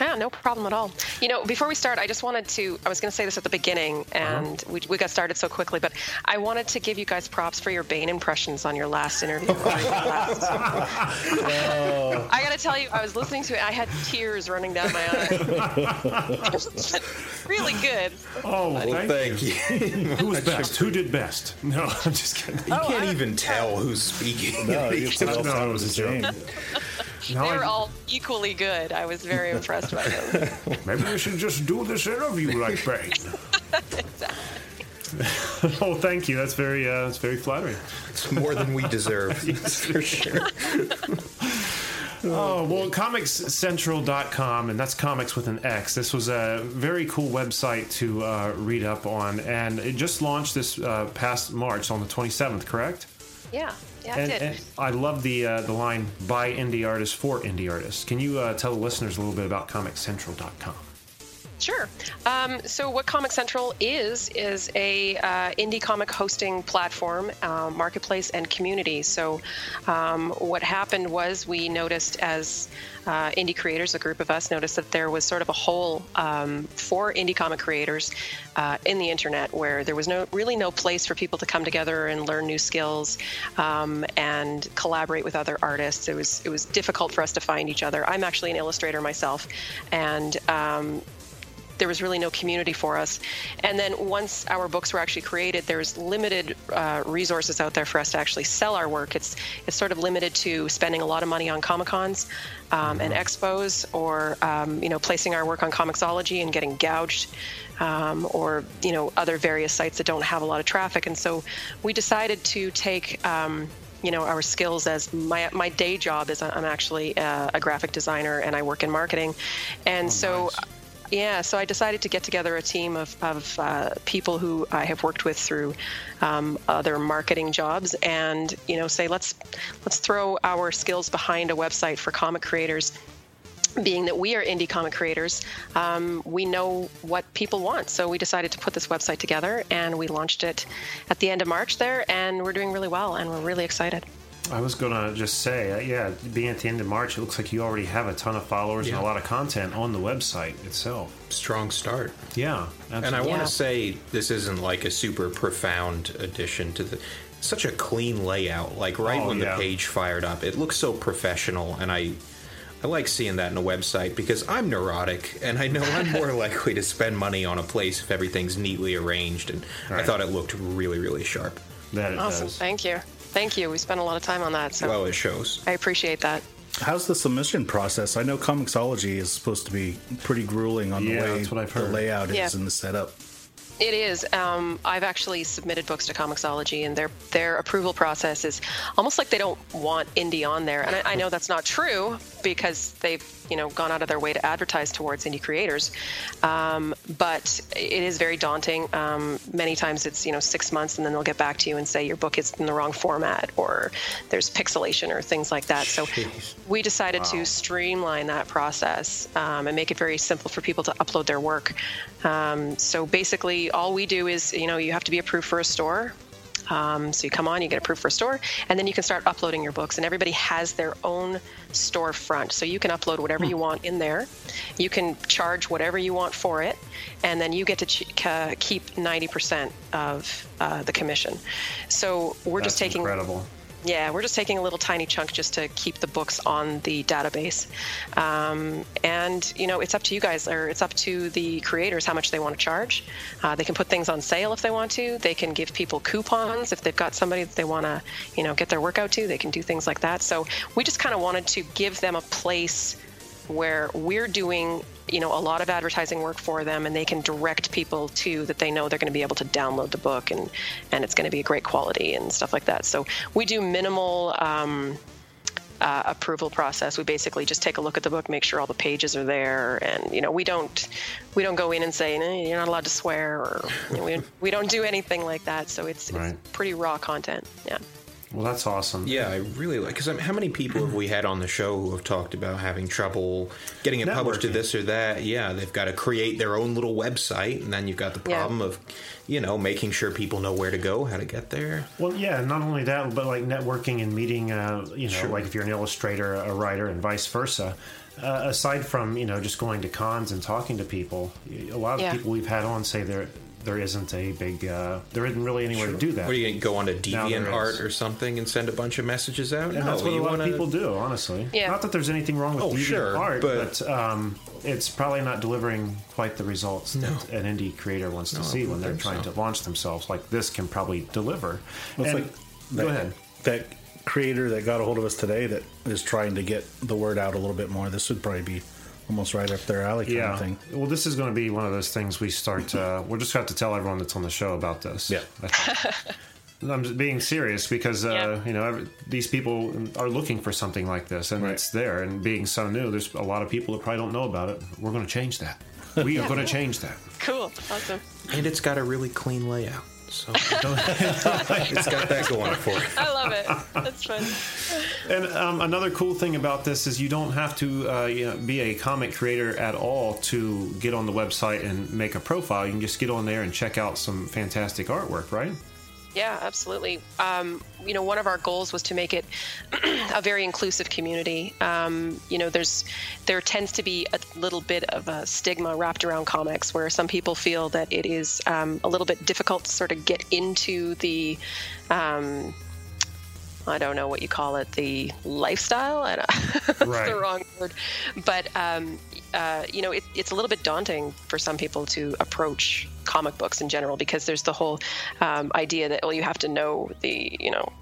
E: Yeah, no problem at all. You know, before we start, I just wanted to, I was going to say this at the beginning,
B: Uh-huh.
E: and we, we got started so quickly, but I wanted to give you guys props for your Bane impressions on your last interview. I got to tell you, I was listening to it, I had tears running down my eyes. It was (laughs) really good.
B: Oh,
D: Well, thank you.
B: Who was best? Who did best? No, I'm just kidding.
D: You can't even tell who's speaking. (laughs)
C: No, it's all
B: No, it
C: sounded
B: was
C: the
B: a joke.
C: same.
B: Now
E: They were
B: I-
E: all equally good. I was very impressed
B: (laughs)
E: by them.
B: Maybe we should just do this interview (laughs) like Bane. oh, thank you. That's very, uh, that's very flattering.
D: It's more than we deserve. for sure.
B: Oh, well, comicscentral.com, and that's comics with an X. This was a very cool website to uh, read up on, and it just launched this uh, past March on the 27th, correct?
E: Yeah, yeah, I
B: And,
E: did.
B: and I love the uh, the line by indie artists for indie artists. Can you uh, tell the listeners a little bit about comicscentral.com?
E: Sure. Um, so, what Comic Central is is a uh, indie comic hosting platform, uh, marketplace, and community. So, um, what happened was we noticed as uh, indie creators, a group of us noticed that there was sort of a hole um, for indie comic creators uh, in the internet, where there was no really no place for people to come together and learn new skills um, and collaborate with other artists. It was it was difficult for us to find each other. I'm actually an illustrator myself, and um, there was really no community for us. And then once our books were actually created, there's limited uh, resources out there for us to actually sell our work. It's it's sort of limited to spending a lot of money on comic cons um, and expos, or um, you know, placing our work on Comixology and getting gouged, um, or you know, other various sites that don't have a lot of traffic. And so we decided to take. Um, you know our skills as my my day job is I'm actually uh, a graphic designer and I work in marketing, and so yeah, so I decided to get together a team of, of uh, people who I have worked with through um, other marketing jobs, and you know, say let's let's throw our skills behind a website for comic creators being that we are indie comic creators, um, we know what people want. So we decided to put this website together and we launched it at the end of March there, and we're doing really well and we're really excited.
B: I was gonna just say, uh, yeah, being at the end of March, it looks like you already have a ton of followers and a
D: Yeah.
B: lot of content on the website itself.
D: Strong start.
B: Yeah,
D: And I want
E: Yeah.
D: to say this isn't like a super profound addition to the. Such a clean layout. Like right
B: Oh,
D: when
B: yeah.
D: the page fired up, it looks so professional, and I, I like seeing that in a website because I'm neurotic, and I know I'm more likely to spend money on a place if everything's neatly arranged. And
B: Right.
D: I thought it looked really, really sharp.
B: that it
E: Awesome.
B: does.
E: Thank you. Thank you. We spent a lot of time on that. So
D: Well, it shows.
E: I appreciate that.
C: How's the submission process? I know Comixology is supposed to be pretty grueling on
B: Yeah,
C: the way
B: that's what I've
C: the
B: heard.
C: layout
E: Yeah.
C: is and the setup.
E: It is. Um, I've actually submitted books to Comixology, and their their approval process is almost like they don't want indie on there. And I, I know that's not true because they've you know gone out of their way to advertise towards indie creators. Um, but it is very daunting. Um, many times it's you know six months, and then they'll get back to you and say your book is in the wrong format, or there's pixelation, or things like that. So we decided to streamline that process um, and make it very simple for people to upload their work. Um, so basically, all we do is you know you have to be approved for a store. Um, so you come on, you get approved for a store, and then you can start uploading your books. And everybody has their own storefront, so you can upload whatever
B: Hmm.
E: you want in there. You can charge whatever you want for it, and then you get to ch- ca- keep 90% of uh, the commission. So we're
B: That's
E: just taking
B: incredible.
E: yeah, we're just taking a little tiny chunk just to keep the books on the database. Um, and, you know, it's up to you guys, or it's up to the creators how much they want to charge. Uh, they can put things on sale if they want to. They can give people coupons if they've got somebody that they want to, you know, get their work out to. They can do things like that. So we just kind of wanted to give them a place where we're doing you know a lot of advertising work for them and they can direct people to that they know they're going to be able to download the book and and it's going to be a great quality and stuff like that so we do minimal um, uh, approval process we basically just take a look at the book make sure all the pages are there and you know we don't we don't go in and say "Nah, you're not allowed to swear or you know, we, we don't do anything like that so it's, it's
B: Right.
E: pretty raw content yeah
B: Well, that's awesome.
D: Yeah, I really like because I mean, how many people have we had on the show who have talked about having trouble getting it published to
B: Networking.
D: this or that? Yeah, they've got to create their own little website, and then you've got the
E: Yeah.
D: problem of, you know, making sure people know where to go, how to get there.
B: Well, yeah, and not only that, but like networking and meeting, uh, you know, like if you're an illustrator, a writer, and vice versa. Uh, aside from you know just going to cons and talking to people, a lot of
E: Yeah.
B: people we've had on say there there isn't a big uh, there isn't really anywhere to do that.
D: What are you going to go on to
B: Now there
D: DeviantArt
B: is.
D: or something and send a bunch of messages out?
B: And that's what a
D: you
B: lot
D: wanna-
B: of people do, honestly.
E: Yeah.
B: Not that there's anything wrong with
D: Oh,
B: deviant
D: sure,
B: art,
D: but-
B: but, um, it's probably not delivering quite the results that an indie creator wants to
D: No, I
B: see when
D: wouldn't
B: they're
D: think
B: trying
D: so.
B: to launch themselves. Like this can probably deliver.
C: Well, it's
B: And-
C: like
B: go
C: that,
B: ahead.
C: That creator that got a hold of us today that is trying to get the word out a little bit more. This would probably be almost right up their alley kind
B: Yeah.
C: of thing.
B: Well, this is going to be one of those things we start. Uh, we're just going to have to tell everyone that's on the show about this.
C: Yeah.
B: I think. I'm just being serious because uh,
E: Yeah.
B: you know every, these people are looking for something like this, and
C: Right.
B: it's there. And being so new, there's a lot of people that probably don't know about it. We're going to change that.
C: (laughs)
B: We are going to change that.
E: cool awesome
D: and it's got a really clean layout.
B: (laughs)
D: So it's got that going for it.
E: i love it that's fun
B: And um, another cool thing about this is you don't have to uh, you know, be a comic creator at all to get on the website and make a profile. You can just get on there and check out some fantastic artwork, right?
E: Yeah, absolutely. Um, you know, one of our goals was to make it (clears throat) a very inclusive community. Um, you know, there's there tends to be a little bit of a stigma wrapped around comics, where some people feel that it is um, a little bit difficult to sort of get into the um, I don't know what you call it, the lifestyle. I don't, that's
B: Right.
E: the wrong word. But, um, uh, you know, it, it's a little bit daunting for some people to approach comic books in general because there's the whole um, idea that, well, you have to know the, you know,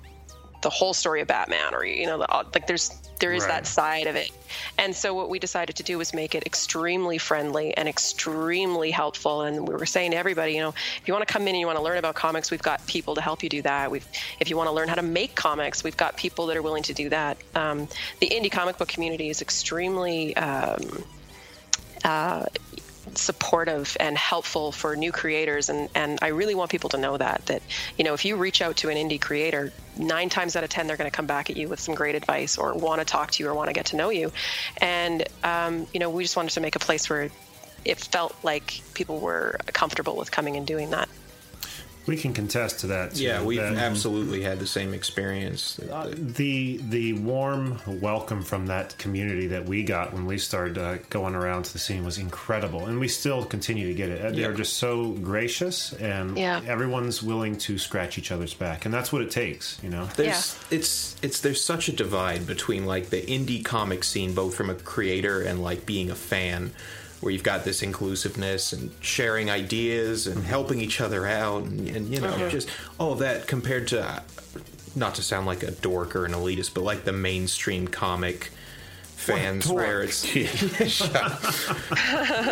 E: the whole story of Batman, or you know, the, like there's there is
B: Right.
E: that side of it, and so what we decided to do was make it extremely friendly and extremely helpful. And we were saying to everybody, you know, if you want to come in and you want to learn about comics, we've got people to help you do that. We've if you want to learn how to make comics, we've got people that are willing to do that. Um, the indie comic book community is extremely. Um, supportive and helpful for new creators and and I really want people to know that that you know if you reach out to an indie creator 9 times out of 10 they're going to come back at you with some great advice or want to talk to you or want to get to know you and um, you know we just wanted to make a place where it felt like people were comfortable with coming and doing that
B: We can contest to that. too.
D: Yeah, we've
B: That-
D: absolutely had the same experience.
B: Uh, the the warm welcome from that community that we got when we started uh, going around to the scene was incredible, and we still continue to get it. Uh, They're
D: Yeah.
B: just so gracious, and
E: Yeah.
B: everyone's willing to scratch each other's back, and that's what it takes, you know.
D: there's it's it's there's such a divide between like the indie comic scene both from a creator and like being a fan where you've got this inclusiveness and sharing ideas and helping each other out and, and you know just all of that compared to not to sound like a dork or an elitist but like the mainstream comic fans where it's (laughs)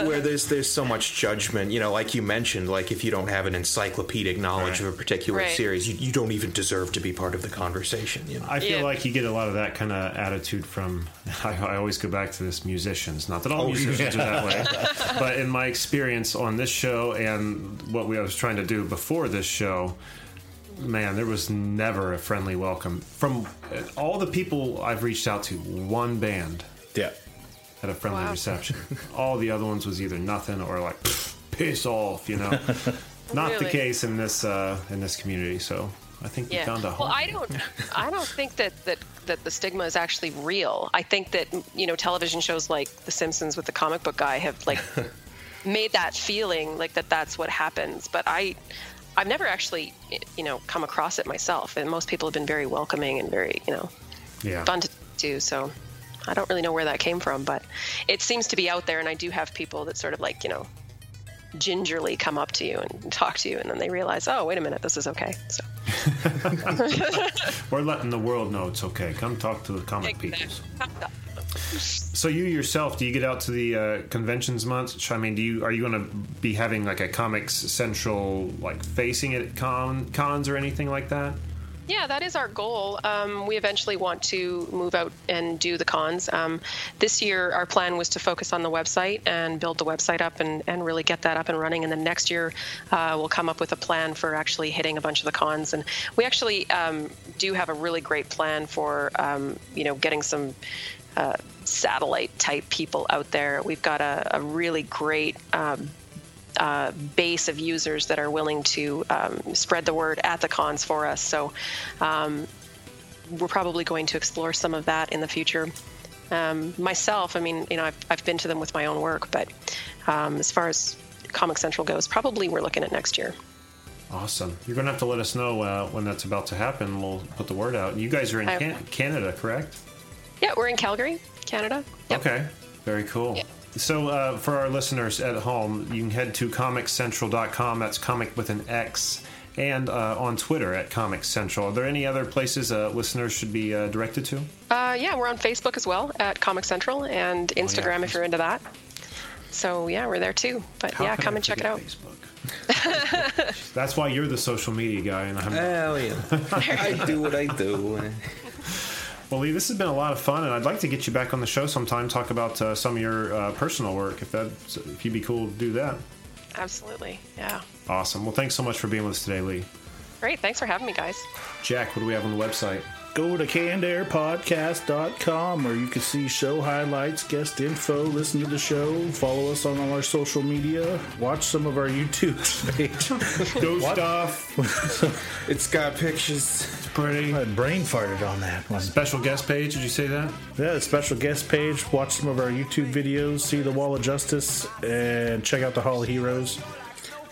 D: where there's there's so much judgment. You know, like you mentioned, like if you don't have an encyclopedic knowledge of a particular
E: Right.
D: series, you, you don't even deserve to be part of the conversation. You know,
B: I feel
E: Yeah.
B: like you get a lot of that kind of attitude from. (laughs) I, I always go back to this musicians. Not that all musicians are that way, (laughs) but in my experience on this show and what we I was trying to do before this show, man, there was never a friendly welcome from uh, all the people I've reached out to. One band
C: Yeah.
B: had a friendly
E: Wow.
B: reception. (laughs) all the other ones was either nothing or like (laughs) "Pfft, piss off. You
E: (laughs)
B: know, not the
E: Really?
B: case in this uh, in this community. So I think we
E: Yeah.
B: found a
E: Well,
B: home.
E: I don't. I don't think that that that the stigma is actually real. I think that you know television shows like The Simpsons with the comic book guy have like made that feeling like that that's what happens. But I, I've never actually you know come across it myself, and most people have been very welcoming and very you know
B: yeah.
E: fun to do. So I don't really know where that came from, but it seems to be out there, and I do have people that sort of like you know gingerly come up to you and talk to you and then they realize oh wait a minute this is okay so
B: We're letting the world know it's okay. Come talk to the comic peoples. So you yourself, do you get out to the uh, conventions much? I mean, do you are you going to be having like a comics central like facing it at con, cons or anything like that?
E: Yeah, that is our goal. Um, we eventually want to move out and do the cons. Um, this year, our plan was to focus on the website and build the website up and, and really get that up and running. And then next year, uh, we'll come up with a plan for actually hitting a bunch of the cons. And we actually um, do have a really great plan for um, you know getting some uh, satellite type people out there. We've got a, a really great um, uh, base of users that are willing to um, spread the word at the cons for us. So um, we're probably going to explore some of that in the future. Um, myself, I mean, you know, I've, I've been to them with my own work, but um, as far as Comic Central goes, probably we're looking at next year.
B: Awesome. You're going to have to let us know uh, when that's about to happen. We'll put the word out. You guys are in
E: I-
B: can- Canada, correct?
E: Yeah, we're in Calgary, Canada. Yep.
B: Okay, very cool. So, uh, for our listeners at home, you can head to comiccentral.com. That's comic with an X. And uh, on Twitter at Comic Central. Are there any other places uh, listeners should be uh, directed to?
E: Uh, yeah, we're on Facebook as well at Comic Central
B: Oh,
E: and Instagram if you're into that. So yeah, we're there too. But yeah,
B: could
E: come
B: I
E: and check it
B: forget
E: out.
B: Facebook. (laughs) That's why you're the social media guy, and I'm.
E: Uh.
D: hell
B: (laughs)
D: yeah, I do what I do.
B: Well, Lee, this has been a lot of fun, and I'd like to get you back on the show sometime. Talk about uh, some of your uh, personal work, if that if you'd be cool to do that.
E: Absolutely. Yeah.
B: Awesome. Well, thanks so much for being with us today, Lee.
E: Great. Thanks for having me, guys.
B: Jack, what do we have on the website?
C: Go to candairpodcast.com where you can see show highlights, guest info, listen to the show, follow us on all our social media, watch some of our (laughs) YouTube page.
B: Go stuff.
D: It's got pictures.
B: Pretty.
C: I brain farted on that one.
B: Special guest page, did you say that?
C: Yeah, the special guest page. Watch some of our YouTube videos, see the Wall of Justice, and check out the Hall of Heroes.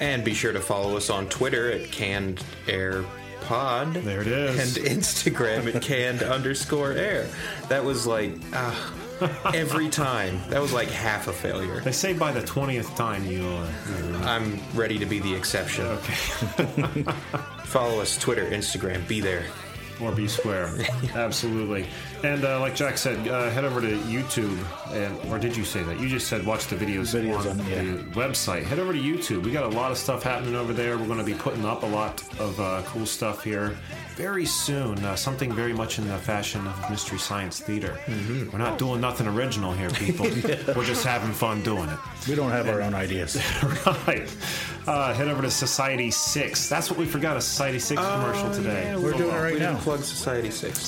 D: And be sure to follow us on Twitter at canned air pod.
B: There it is.
D: And Instagram at canned underscore air. That was like ah, every time. That was like half a failure.
B: They say by the 20th time you'll. Uh,
D: I'm ready to be the exception.
B: okay. (laughs)
D: (laughs) Follow us Twitter, Instagram. Be there.
B: or be (laughs) square. Absolutely. And uh, like Jack said, uh, head over to YouTube, and or did you say that? You just said watch the videos,
C: Videos
B: on
C: on- yeah.
B: the website. Head over to YouTube. We got a lot of stuff happening over there. We're going to be putting up a lot of uh, cool stuff here very soon. Uh, something very much in the fashion of Mystery Science Theater. We're not doing nothing original here, (laughs) people. We're just having fun doing it.
C: We don't have our
B: (laughs)
C: own ideas.
B: right. Uh, head over to Society Six. That's what we forgot a Society Six commercial today.
C: Oh, We're doing it
B: well.
C: right
D: We didn't
C: now.
D: plug Society 6.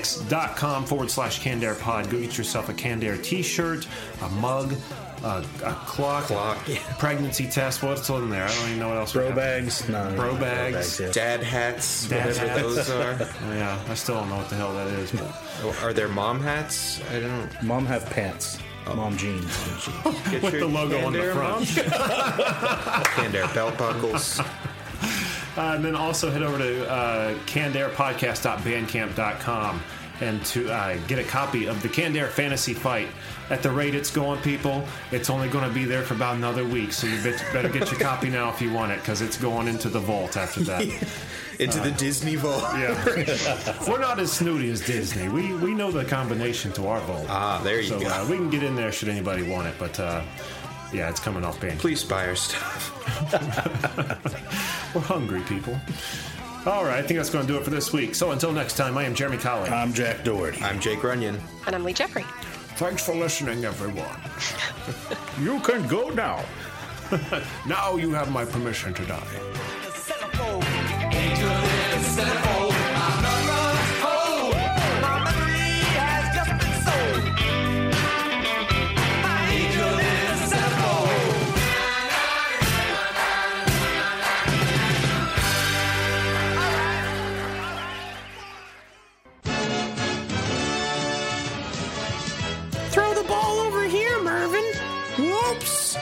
B: Society6.com forward slash Candair pod. Go get yourself a Candair t shirt, a mug, a, a clock,
D: Clock.
B: pregnancy test. What's on there? I don't even know what else. we
C: Bro
B: have.
C: bags. No, no,
B: Bro
C: no,
B: bags.
C: yeah.
D: Dad hats,
B: Dad
D: whatever
B: hats. (laughs)
D: those are.
B: Oh, yeah, I still don't know what the hell that is. But
D: Oh, Are there mom hats? I don't.
C: Mom have pants.
B: Oh.
C: Mom jeans.
B: (laughs)
D: Get
B: with
D: your
B: the logo on
D: Canned
B: the
D: Air mom
B: front.
D: Canned Air belt
B: (laughs)
D: buckles.
B: Uh, and then also head over to uh, candairpodcast.bandcamp.com and to uh, get a copy of the Candare Fantasy Fight. At the rate it's going, people, it's only going to be there for about another week. So you bet- better get your copy now if you want it, because it's going into the vault after
D: (laughs)
B: that.
D: Into the
B: (laughs)
D: Disney vault.
B: We're not as snooty as Disney. We we know the combination to our vault.
D: Ah, there you
B: so,
D: go.
B: uh, we can get in there should anybody want it, but uh, yeah, it's coming off Bandcamp.
D: Please buy our stuff.
B: (laughs) We're hungry, people. All right, I think that's going to do it for this week. So until next time, I am Jeremy Colley.
C: I'm Jack Doherty.
D: I'm Jake Runyon.
E: And I'm Lee Jeffrey.
B: Thanks for listening, everyone.
C: You can go now.
B: (laughs) Now you have my permission to die.
G: Throw the ball over here, Mervin. Whoops.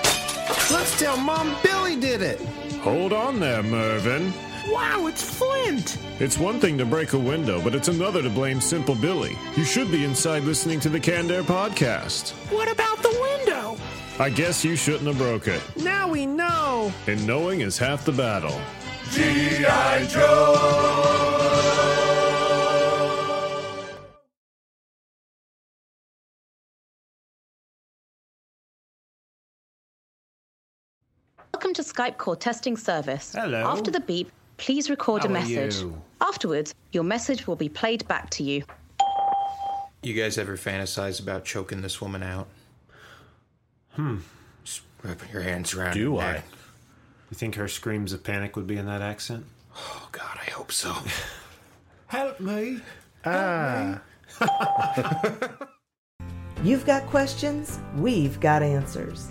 H: Let's tell Mom Billy did it.
B: Hold on there, Mervin.
G: Wow, it's Flint.
B: It's one thing to break a window, but it's another to blame Simple Billy. You should be inside listening to the Candare podcast.
G: What about the window?
B: I guess you shouldn't have broke it.
G: Now we know.
B: And knowing is half the battle.
I: Welcome to Skype call testing service.
B: Hello.
I: After the beep, please record
B: How
I: a
B: are
I: message.
B: you?
I: Afterwards, your message will be played back to you.
D: You guys ever fantasize about choking this woman out? Hmm. Just wrap your hands around.
C: Do
D: her
C: I?
D: neck.
B: You think her screams of panic would be in that accent?
D: Oh God, I hope so. (laughs)
B: Help me.
J: You've got questions, we've got answers.